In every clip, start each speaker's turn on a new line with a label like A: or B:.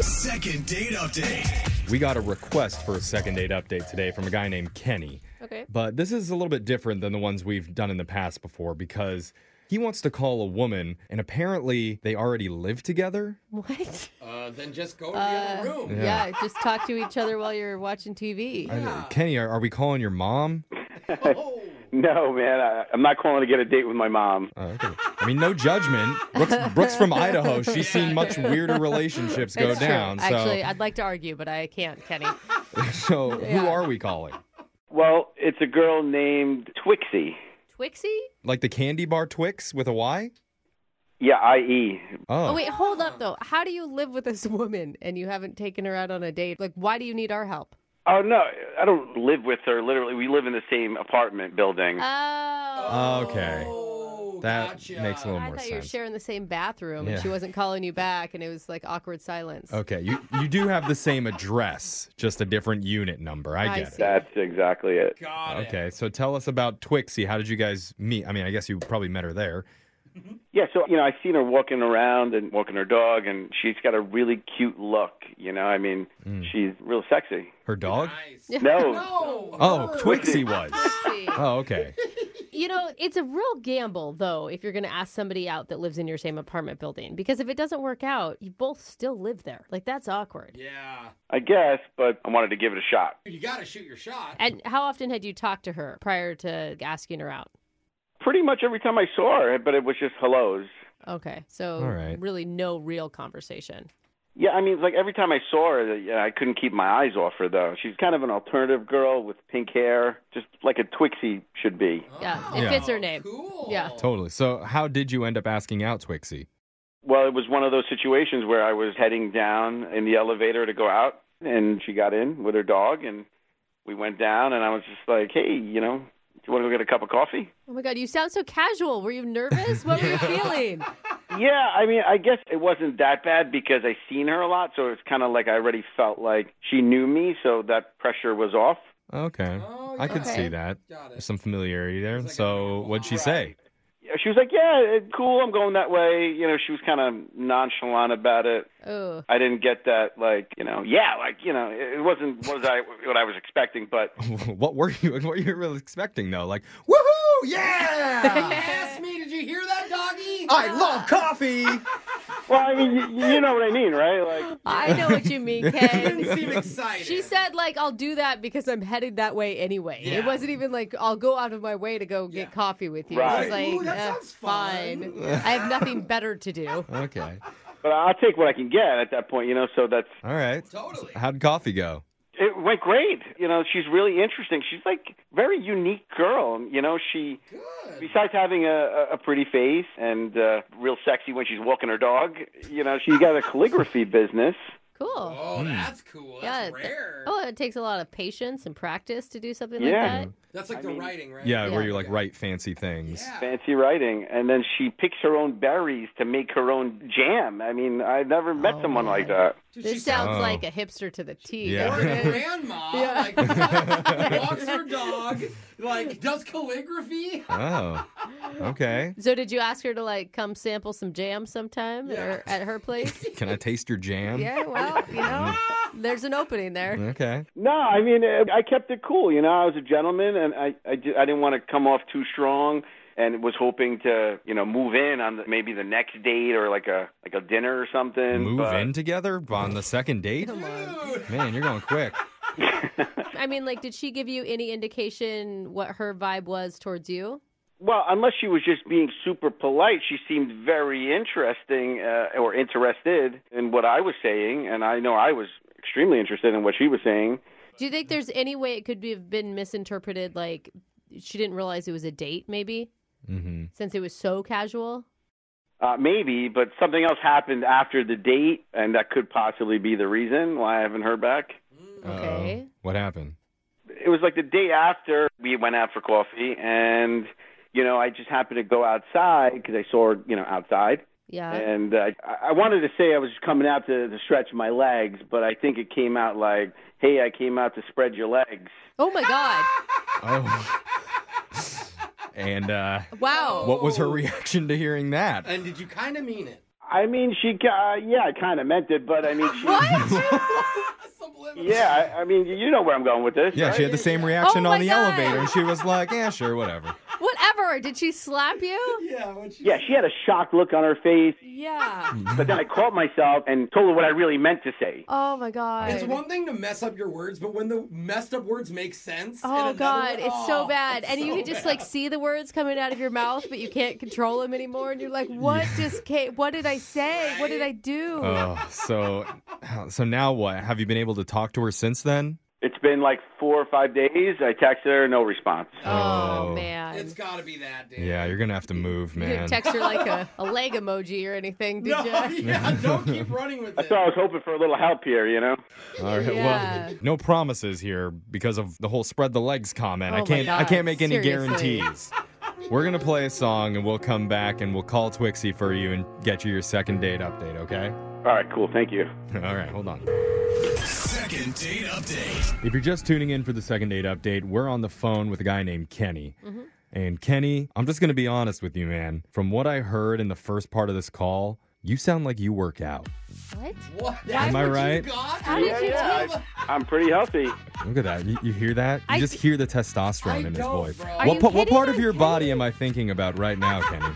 A: Second date update.
B: We got a request for a second date update today from a guy named Kenny.
C: Okay.
B: But this is a little bit different than the ones we've done in the past before because he wants to call a woman and apparently they already live together.
C: What?
D: Uh, then just go to the other
C: Uh,
D: room.
C: Yeah. just talk to each other while you're watching TV.
B: I- Uh, Kenny, are, are we calling your mom?
E: No, man, I, I'm not calling to get a date with my mom.
B: Oh, okay. I mean, no judgment. Brooks, Brooks from Idaho. She's seen much weirder relationships go
C: It's true.
B: down. So,
C: Actually, I'd like to argue, but I can't, Kenny.
B: so who
C: Yeah.
B: are we calling?
E: Well, it's a girl named Twixie.
C: Twixie?
B: Like the candy bar Twix with a Y?
E: Yeah, E. I.E.
B: Oh,
C: Oh, wait, hold up, though. How do you live with this woman and you haven't taken her out on a date? Like, why do you need our help?
E: Oh, no, I don't live with her. Literally, we live in the same apartment building.
C: Oh.
B: Okay.
D: Oh,
B: That
D: gotcha.
B: makes a little
C: I
B: Uh, more
C: thought you were
B: sense.
C: sharing the same bathroom
B: Yeah.
C: and she wasn't calling you back and it was like awkward silence.
B: Okay, you you do have the same address, just a different unit number. I
C: I
B: get
C: see.
B: it.
E: That's exactly it.
D: Got it.
B: Okay, so tell us about Twixie. How did you guys meet? I mean, I guess you probably met her there.
E: Yeah, so, you know, I've seen her walking around and walking her dog, and she's got a really cute look. You know, I mean, she's real sexy.
B: Her dog?
D: Nice.
E: No,
D: No.
B: Oh,
D: her.
B: Twixie was.
C: See.
B: Oh, okay.
C: You know, it's a real gamble, though, if you're going to ask somebody out that lives in your same apartment building. Because if it doesn't work out, you both still live there. Like, that's awkward.
D: Yeah.
E: I guess, but I wanted to give it a shot.
D: You got to shoot your shot.
C: And how often had you talked to her prior to asking her out?
E: Pretty much every time I saw her, but it was just hellos.
C: Okay. So,
B: All right.
C: really, no real conversation.
E: Yeah, I mean, like every time I saw her, yeah, I couldn't keep my eyes off her though. She's kind of an alternative girl with pink hair, just like a Twixie should be.
C: Yeah. It
B: Yeah.
C: fits her name.
D: Cool.
C: Yeah.
B: Totally. So, how did you end up asking out Twixie?
E: Well, it was one of those situations where I was heading down in the elevator to go out, and she got in with her dog, and we went down, and I was just like, "Hey, you know, do you want to go get a cup of coffee?"
C: Oh, my God. You sound so casual. Were you nervous? What were you feeling?
E: Yeah, I mean, I guess it wasn't that bad because I seen her a lot, so it's kind of like I already felt like she knew me, so that pressure was off.
B: Okay,
D: Oh,
B: I could
D: yeah.
B: see that.
D: Got it.
B: Some familiarity there.
D: It's like
B: so,
D: a-
B: what'd she
D: Right.
B: say?
E: Yeah, she was like, "Yeah, it- cool, I'm going that way." You know, she was kind of nonchalant about it.
C: Oh,
E: I didn't get that, like, you know, yeah, like, you know, it it wasn't was I what I was expecting, but
B: what were you what were you really expecting though? Like, woohoo!
C: Uh-huh.
B: Yeah!
D: Ask me, did you hear that, doggy?
B: I love coffee.
E: well, I mean, you, you know what I mean, right? Like,
C: I know what you mean, Ken.
D: didn't seem excited.
C: She said, like, I'll do that because I'm headed that way anyway. It
D: Yeah.
C: wasn't even like, I'll go out of my way to go
D: Yeah.
C: get coffee with you.
E: Right.
C: She's like,
D: Ooh, that
C: "Eh,
D: sounds fun."
C: I have nothing better to do.
B: okay.
E: but I'll take what I can get at that point, you know. So that's
B: All right.
D: Totally.
B: How'd coffee go?
E: it went great. You know, she's really interesting. She's like very unique girl. You know, she
D: Good.
E: besides having a, a- a pretty face and uh, real sexy when she's walking her dog, you know, she's got a calligraphy business.
C: Cool.
D: Oh, that's cool.
C: Yeah.
D: That's rare.
C: Oh, it takes a lot of patience and practice to do something
E: Yeah.
C: like that.
D: That's like the writing, right?
B: Yeah, where
C: Yeah.
B: you like write fancy things.
D: Yeah.
E: fancy writing and then she picks her own berries to make her own jam i mean i've never met
C: Oh,
E: someone
C: man.
E: like that
D: Dude, she
C: This sounds
B: Oh.
C: like a hipster to the T.
B: Yeah.
D: Or a grandma, like, walks her dog, like, does calligraphy.
B: Oh. Okay.
C: So did you ask her to like come sample some jam sometime at,
D: Yeah.
C: her, at her place?
B: Can I taste your jam?
C: yeah, well, you know, there's an opening there.
B: Okay.
E: no i mean eh, i kept it cool you know i was a gentleman and i i, ju- I didn't want to come off too strong and was hoping to you know move in on the, maybe the next date or like a like a dinner or something
B: Move
E: but-
B: in together on the second date?
D: Dude.
B: Man, you're going quick.
C: I mean, like, did she give you any indication what her vibe was towards you?
E: well unless she was just being super polite she seemed very interesting uh, or interested in what i was saying and i know i was extremely interested in what she was saying
C: Do you think there's any way it could be, have been misinterpreted? Like she didn't realize it was a date, maybe
B: hmm
C: since it was so casual.
E: Uh, maybe, but something else happened after the date, and that could possibly be the reason why I haven't heard back.
C: Okay.
B: What happened?
E: It was like the day after we went out for coffee, and you know, I just happened to go outside because I saw her, you know, outside,
C: Yeah.
E: and uh, I I wanted to say I was just coming out to, to stretch my legs, but I think it came out like, "Hey, I came out to spread your legs."
C: Oh my god!
B: Oh. and uh,
C: Wow. Oh.
B: what was her reaction to hearing that?
D: And did you kind of mean it?
E: I mean, she. ca- Uh, yeah, I kind of meant it, but I mean, she.
D: Subliminal.
E: Yeah, I- I mean, you know where I'm going with this.
B: Yeah,
E: right?
B: she had the same reaction
C: Oh
B: on
C: my
B: the
C: God.
B: elevator, and she was like, "Yeah, sure, whatever."
C: Whatever. Did she slap you?
D: Yeah, when she
E: Yeah, she had a shocked look on her face,
C: Yeah.
E: but then I caught myself and told her what I really meant to say.
C: Oh my god.
D: It's one thing to mess up your words, but when the messed up words make sense.
C: Oh
D: and another
C: god,
D: one-
C: it's
D: oh,
C: so bad.
D: it's
C: And you
D: so
C: can just
D: bad.
C: like see the words coming out of your mouth, but you can't control them anymore. And you're like, what just came? What did I say? What did I do?
B: Oh, so, so now what? Have you been able to talk to her since then?
E: It's been like four or five days. I texted her, no response.
C: oh,
B: Oh.
C: man.
D: It's got to be that, dude.
B: Yeah, you're gonna have to move,
C: you
B: man.
C: didn't text her like a, a leg emoji or anything, did
D: No,
C: you?
D: yeah, don't keep running with it.
E: So I was hoping for a little help here, you know.
B: All right,
C: Yeah.
B: well, no promises here because of the whole spread the legs comment.
C: Oh
B: I
C: my
B: can't, I
C: God,
B: can't make any
C: seriously.
B: guarantees. We're gonna play a song, and we'll come back, and we'll call Twixie for you, and get you your second date update. Okay?
E: All right, cool. Thank you.
B: All right, hold on.
A: Second date update.
B: If you're just tuning in for the second date update, we're on the phone with a guy named Kenny.
C: Mm-hmm.
B: And Kenny, I'm just going to be honest with you, man. From what I heard in the first part of this call, you sound like you work out.
C: What?
D: What?
B: Am I right?
C: How did you
E: yeah,
C: tell?
E: I'm pretty healthy.
B: Look at that. You, you hear that? You
C: I-
B: just hear the testosterone
D: I
B: in his
D: don't,
B: voice.
D: bro.
C: Are
B: What,
C: you
B: pa- what
C: kidding
B: part
C: me,
B: of your
C: Kenny?
B: body am I thinking about right now, Kenny?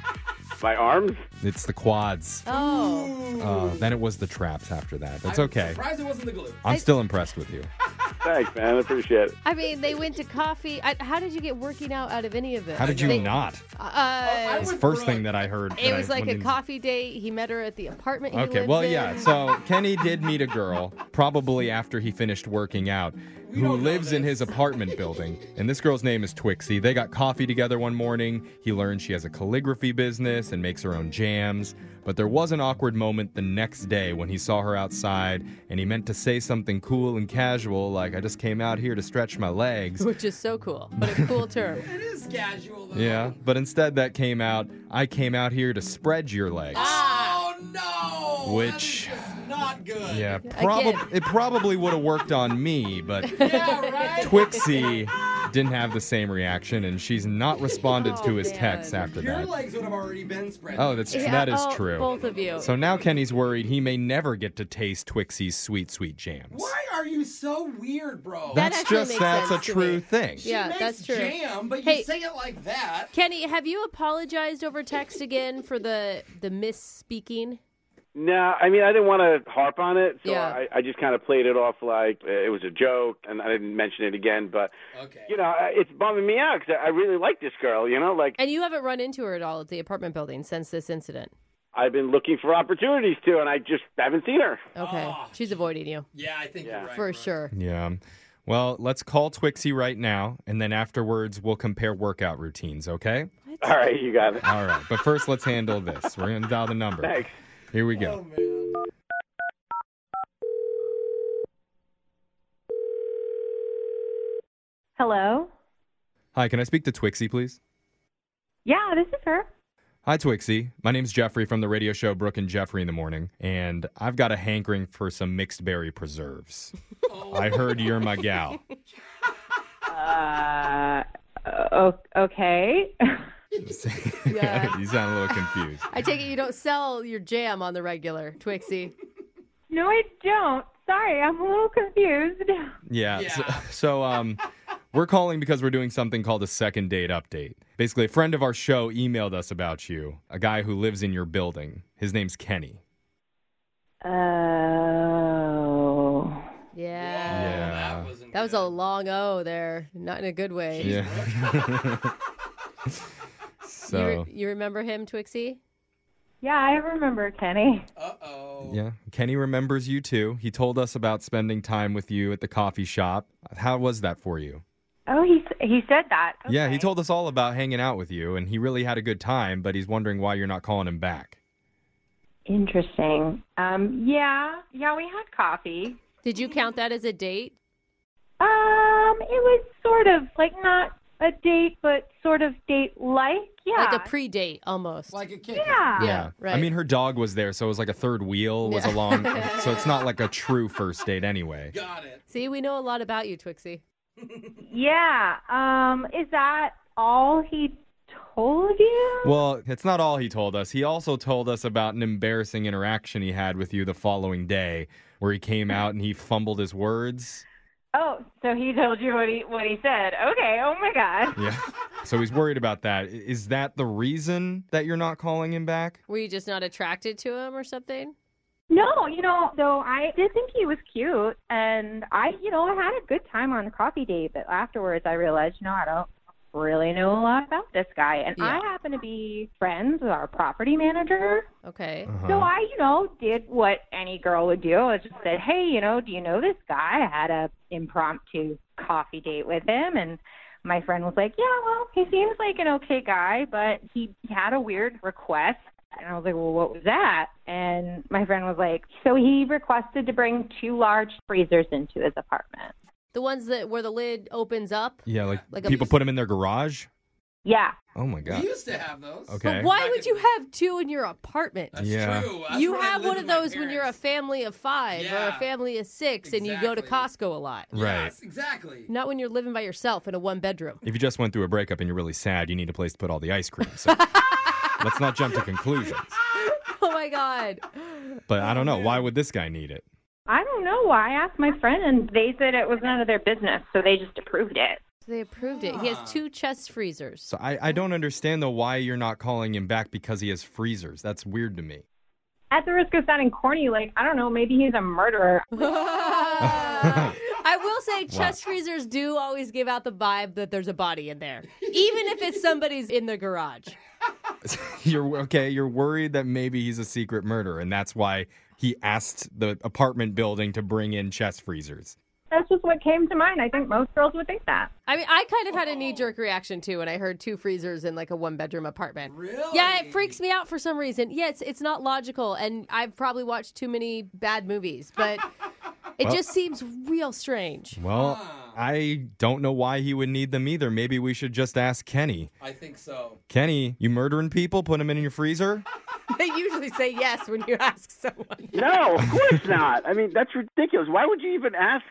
E: My arms.
B: It's the quads.
C: Oh.
B: Uh, then it was the traps after that. That's okay.
D: Surprised it wasn't the glue.
B: I'm still impressed with you.
E: Thanks, man. I appreciate it.
C: I mean, they went to coffee. I, how did you get working out out of any of this?
B: How did you
C: They-
B: not?
C: Uh,
D: I would
B: First
D: run.
B: thing that I heard.
C: it
B: that I-
C: was like
B: when
C: a
B: they-
C: coffee date. He met her at the apartment. He
B: Okay,
C: lives
B: well, yeah.
C: in.
B: So Kenny did meet a girl, probably after he finished working out, who
D: don't know
B: lives in his
D: this.
B: apartment building. And this girl's name is Twixie. They got coffee together one morning. He learned she has a calligraphy business and makes her own jams. But there was an awkward moment the next day when he saw her outside and he meant to say something cool and casual, like, I just came out here to stretch my legs.
C: Which is so cool, but a cool term.
D: It is casual, though.
B: Yeah, but instead that came out, I came out here to spread your legs.
D: Ah. Oh, no.
B: Which-
D: That is just not good.
B: Yeah, prob- it probably would have worked on me, but
D: Yeah, right?
B: Twixie didn't have the same reaction, and she's not responded to
C: Oh,
B: his
C: man.
B: texts after
D: Your
B: that.
D: legs would have already been spread.
B: Oh, that's
C: Yeah,
B: that is
C: oh,
B: true.
C: Both of you.
B: So now Kenny's worried he may never get to taste Twixie's sweet, sweet jams.
D: Why are you so weird, bro?
C: That
B: That's
C: actually
B: just
C: makes
B: that's a
C: sense to me.
B: true thing.
D: She
C: Yeah,
D: makes
C: that's true.
D: jam, but you
C: Hey-
D: say it like that.
C: Kenny, have you apologized over text again for the the misspeaking?
E: No, I mean I didn't want to harp on it, so
C: Yeah.
E: I, I just kind of played it off like uh, it was a joke, and I didn't mention it again. But
D: Okay.
E: you know, I- it's bumming me out because I really like this girl. You know, like
C: And you haven't run into her at all at the apartment building since this incident.
E: I've been looking for opportunities to, and I just haven't seen her.
C: Okay,
D: Oh.
C: she's avoiding you
D: yeah, I think
E: Yeah.
D: you're right.
C: for
D: bro.
C: sure.
B: Yeah. Well, let's call Twixie right now, and then afterwards we'll compare workout routines, okay?
E: All right, you got it.
B: All right. But first, let's handle this. We're going to dial the number.
E: Thanks.
B: Here we go.
D: Oh, man.
F: Hello?
B: Hi, can I speak to Twixie, please?
F: Yeah, this is her.
B: Hi, Twixie. My name's Jeffrey from the radio show Brooke and Jeffrey in the Morning, and I've got a hankering for some mixed berry preserves. I heard you're my gal.
F: Uh, o- okay.
C: Yeah.
B: you sound a little confused.
C: I take it you don't sell your jam on the regular, Twixie.
F: no, I don't. Sorry, I'm a little confused.
B: Yeah. So,
D: Yeah.
B: so, um, we're calling because we're doing something called a second date update. Basically, a friend of our show emailed us about you, a guy who lives in your building. His name's Kenny.
F: Oh.
C: Yeah.
B: Yeah.
D: That wasn't
C: That was a
D: good.
C: long O there, not in a good way.
B: Yeah.
C: You,
B: so.
C: re- you remember him, Twixie?
F: Yeah, I remember Kenny.
D: Uh-oh.
B: Yeah. Kenny remembers you too. He told us about spending time with you at the coffee shop. How was that for you?
F: Oh, he s- he said that.
B: Yeah, he
F: Okay.
B: told us all about hanging out with you, and he really had a good time, but he's wondering why you're not calling him back.
F: Interesting. Um, yeah, yeah, we had coffee.
C: Did you count that as a date?
F: Um, it was sort of like not a date, but sort of date like. Yeah.
C: Like a pre-date almost.
D: Like a kid.
F: yeah.
C: right.
B: I mean, her dog was there, so it was like a third wheel was
C: Yeah.
B: along. so it's not like a true first date anyway.
D: Got it.
C: See, we know a lot about you, Twixie.
F: Yeah. Um, is that all he told you?
B: Well, it's not all he told us. He also told us about an embarrassing interaction he had with you the following day where he came out and he fumbled his words.
F: Oh, so he told you what he what he said. Okay. Oh my god.
B: Yeah. So he's worried about that. I- Is that the reason that you're not calling him back?
C: Were you just not attracted to him or something?
F: No, you know, though I did think he was cute, and I, you know, I had a good time on the coffee date, but afterwards I realized, you know, I don't really know a lot about this guy, and I
C: Yeah.
F: happen to be friends with our property manager.
C: Okay.
B: Uh-huh.
F: So I, you know, did what any girl would do. I just said, "Hey, you know, do you know this guy? I had a impromptu coffee date with him and my friend was like, "Yeah, well, he seems like an okay guy, but he had a weird request." And I was like, "Well, what was that?" And my friend was like, "So he requested to bring two large freezers into his apartment."
C: The ones that where the lid opens up.
B: Yeah, like,
C: Like a-
B: people put him in their garage?
F: Yeah.
B: Oh my god.
D: We used to have those.
B: Okay.
C: But why would you have two in your apartment?
D: That's
B: Yeah.
D: true. That's
C: you
D: where I
C: have
D: lived
C: one of
D: with my
C: those when you're a
D: parents.
C: family of five or a
D: Yeah.
C: family of six and you go to
D: Exactly.
C: Costco a lot.
B: Right.
D: Yes, exactly.
C: Not when you're living by yourself in a one bedroom.
B: If you just went through a breakup and you're really sad, you need a place to put all the ice cream. So let's not jump to conclusions.
C: Oh my God.
B: But I don't know. Why would this guy need it?
F: I don't know why. I asked my friend and they said it was none of their business, so they just approved it.
C: They approved it. He
D: Ah.
C: has two chest freezers.
B: So I, I don't understand though why you're not calling him back because he has freezers. That's weird to me.
F: At the risk of sounding corny, like, I don't know, maybe he's a murderer.
C: Uh, I will say chest freezers do always give out the vibe that there's a body in there, even if it's somebody's in the garage.
B: you're okay, you're worried that maybe he's a secret murderer and that's why he asked the apartment building to bring in chest freezers.
F: That's just what came to mind. I think most girls would think that.
C: I mean, I kind of had a knee jerk reaction too when I heard two freezers in like a one bedroom apartment.
D: Really?
C: Yeah, it freaks me out for some reason. Yeah, it's, it's not logical, and I've probably watched too many bad movies, but it just seems real strange.
B: Well,
D: Ah.
B: I don't know why he would need them either. Maybe we should just ask Kenny.
D: I think so.
B: Kenny, you murdering people? Put them in your freezer?
C: They usually say yes when you ask someone.
E: No, of course not. I mean, that's ridiculous. Why would you even ask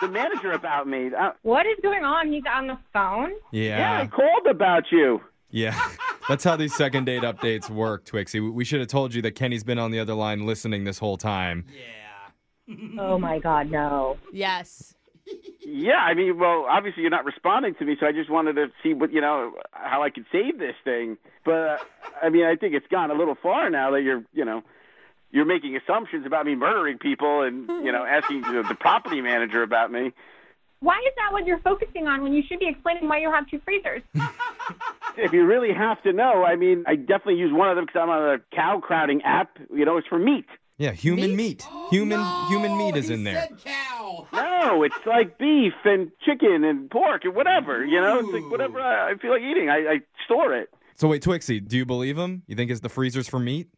E: the manager about me? I,
F: What is going on? He's on the phone.
E: yeah, I
B: Yeah.
E: called about you.
B: Yeah. That's how these second date updates work, Twixie. We- We should have told you that Kenny's been on the other line listening this whole time.
D: Yeah.
F: Oh my God, no.
C: Yes.
E: Yeah, I mean, well, obviously you're not responding to me, so I just wanted to see what you know how I could save this thing. But I mean, I think it's gone a little far now that you're you know you're making assumptions about me murdering people and you know asking the, the property manager about me.
F: Why is that what you're focusing on when you should be explaining why you have two freezers?
E: If you really have to know, I mean, I definitely use one of them because I'm on a cow crowding app. You know, it's for meat.
B: Yeah, human meat. human human meat is
D: Oh, he
B: in there.
D: Said cow.
E: No, it's like beef and chicken and pork and whatever. You know, it's like whatever I I feel like eating, I, I store it.
B: So wait, Twixie, do you believe him? You think it's the freezers for meat?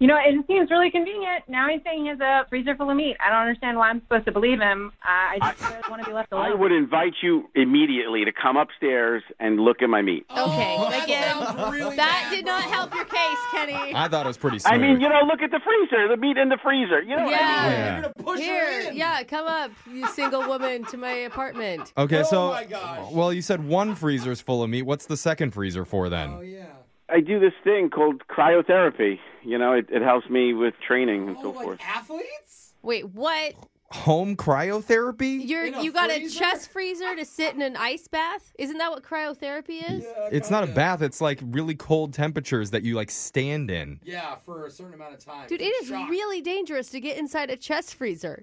F: You know, it just seems really convenient. Now he's saying he has a freezer full of meat. I don't understand why I'm supposed to believe him. Uh, I just really want to be left alone.
E: I would invite you immediately to come upstairs and look at my meat.
C: Okay.
D: Oh, that
C: again,
D: sounds really
C: that
D: bad,
C: did not
D: bro.
C: help your case, Kenny.
B: I thought it was pretty smooth.
E: I mean, you know, look at the freezer, the meat in the freezer. You know, what I
C: Yeah.
E: mean?
B: Yeah.
D: You're gonna push her
C: Here,
D: in.
C: yeah, come up, you single woman, to my apartment.
B: Okay,
D: Oh
B: so
D: my gosh.
B: well, you said one freezer's full of meat. What's the second freezer for then?
D: Oh yeah.
E: I do this thing called cryotherapy. You know, it, it helps me with training and
D: Oh,
E: so
D: like
E: forth.
D: athletes?
C: Wait, what?
B: Home cryotherapy?
C: You're
D: In a
C: you got
D: freezer?
C: a chest freezer to sit in an ice bath? Isn't that what cryotherapy is?
B: it's not a bath. It's like really cold temperatures that you like stand in.
D: Yeah, for a certain amount of time.
C: Dude, it
D: It's a
C: is
D: shock.
C: really dangerous to get inside a chest freezer.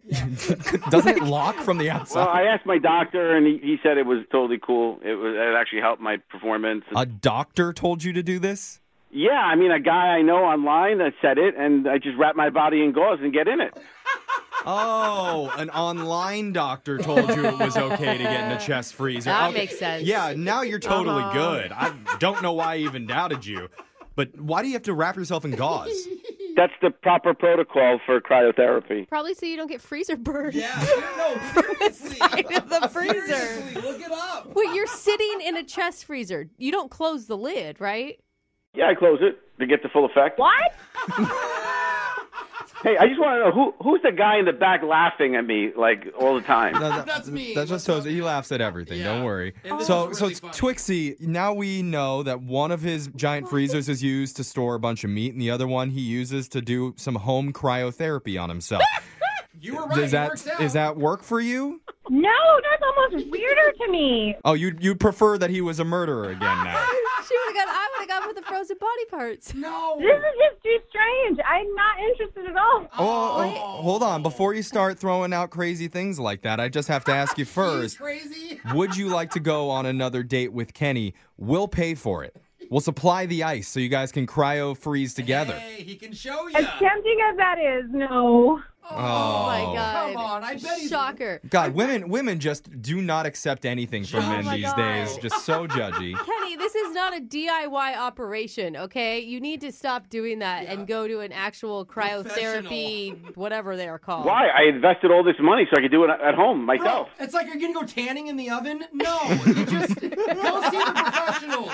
B: Doesn't it lock from the
E: Well,
B: outside?
E: I asked my doctor, and he, he said it was totally cool. It was it actually helped my performance.
B: A doctor told you to do this?
E: yeah, I mean, a guy I know online that said it, and I just wrap my body in gauze and get in it.
B: Oh, an online doctor told you it was okay to get in a chest freezer.
C: That
B: Okay.
C: makes sense.
B: Yeah, now you're totally
C: Uh-huh.
B: good. I don't know why I even doubted you. But why do you have to wrap yourself in gauze?
E: That's the proper protocol for cryotherapy.
C: Probably so you don't get freezer burn.
D: Yeah. No, seriously.
C: In the freezer.
D: seriously, look it up.
C: Wait, you're sitting in a chest freezer. You don't close the lid, right?
E: Yeah, I close it to get the full effect.
F: What?
E: Hey, I just want to know who who's the guy in the back laughing at me like all the time.
B: That- that-
D: That's me.
B: That just shows
D: What's
B: he laughs at everything. Don't
D: Yeah.
B: worry.
D: And this
B: so,
D: is
B: so
D: really
B: it's
D: funny.
B: Twixie. Now we know that one of his giant freezers is used to store a bunch of meat, and the other one he uses to do some home cryotherapy on himself.
D: You were right.
B: Does
D: it
B: that
D: works out.
B: is that work for you?
F: No, that's almost weirder to me.
B: Oh, you you prefer that he was a murderer again now?
G: She would have gone. I would have gone for the frozen body parts.
D: No.
F: This is just too strange. I'm not interested at all.
B: Oh, oh, oh, hold on. Before you start throwing out crazy things like that, I just have to ask you
D: He's
B: first.
D: crazy.
B: Would you like to go on another date with Kenny? We'll pay for it. We'll supply the ice so you guys can cryo freeze together.
D: Hey, he can show you.
F: As tempting as that is, no.
B: Oh.
G: Oh my god!
D: Come on, I bet he's-
G: Shocker.
B: God, women women just do not accept anything from
D: Oh
B: men
D: my
B: these
G: God.
B: days. Just so judgy.
C: Kenny, this is not a DIY operation, okay? You need to stop doing that and go to an actual cryotherapy, whatever they are called.
E: Why? I invested all this money so I could do it at home myself.
D: Bro, it's like you're gonna go tanning in the oven. No, you just go see the professionals.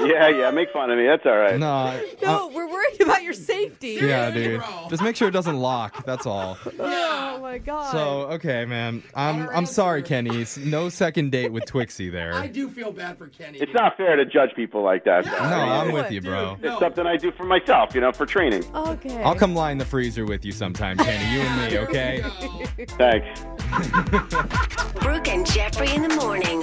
E: Yeah, yeah. Make fun of me. That's all right.
B: No, uh,
G: No, we're worried about your safety.
B: yeah,
D: Seriously,
B: dude.
D: bro.
B: Just make sure it doesn't lock. That's all.
G: Oh my god.
B: So okay, man. I'm
D: Better
B: I'm sorry,
D: answer.
B: Kenny. It's No second date with Twixie
D: I
B: there.
D: do feel bad for Kenny.
E: It's not fair to judge people like that. though.
B: No, I'm with
G: Dude,
B: you, bro.
D: dude,
E: It's
D: No.
E: something I do for myself, you know, for training.
G: okay.
B: I'll come lie in the freezer with you sometime, Kenny. You and me,
D: There we
B: okay?
D: go.
E: Thanks.
H: Brooke and Jeffrey in the morning.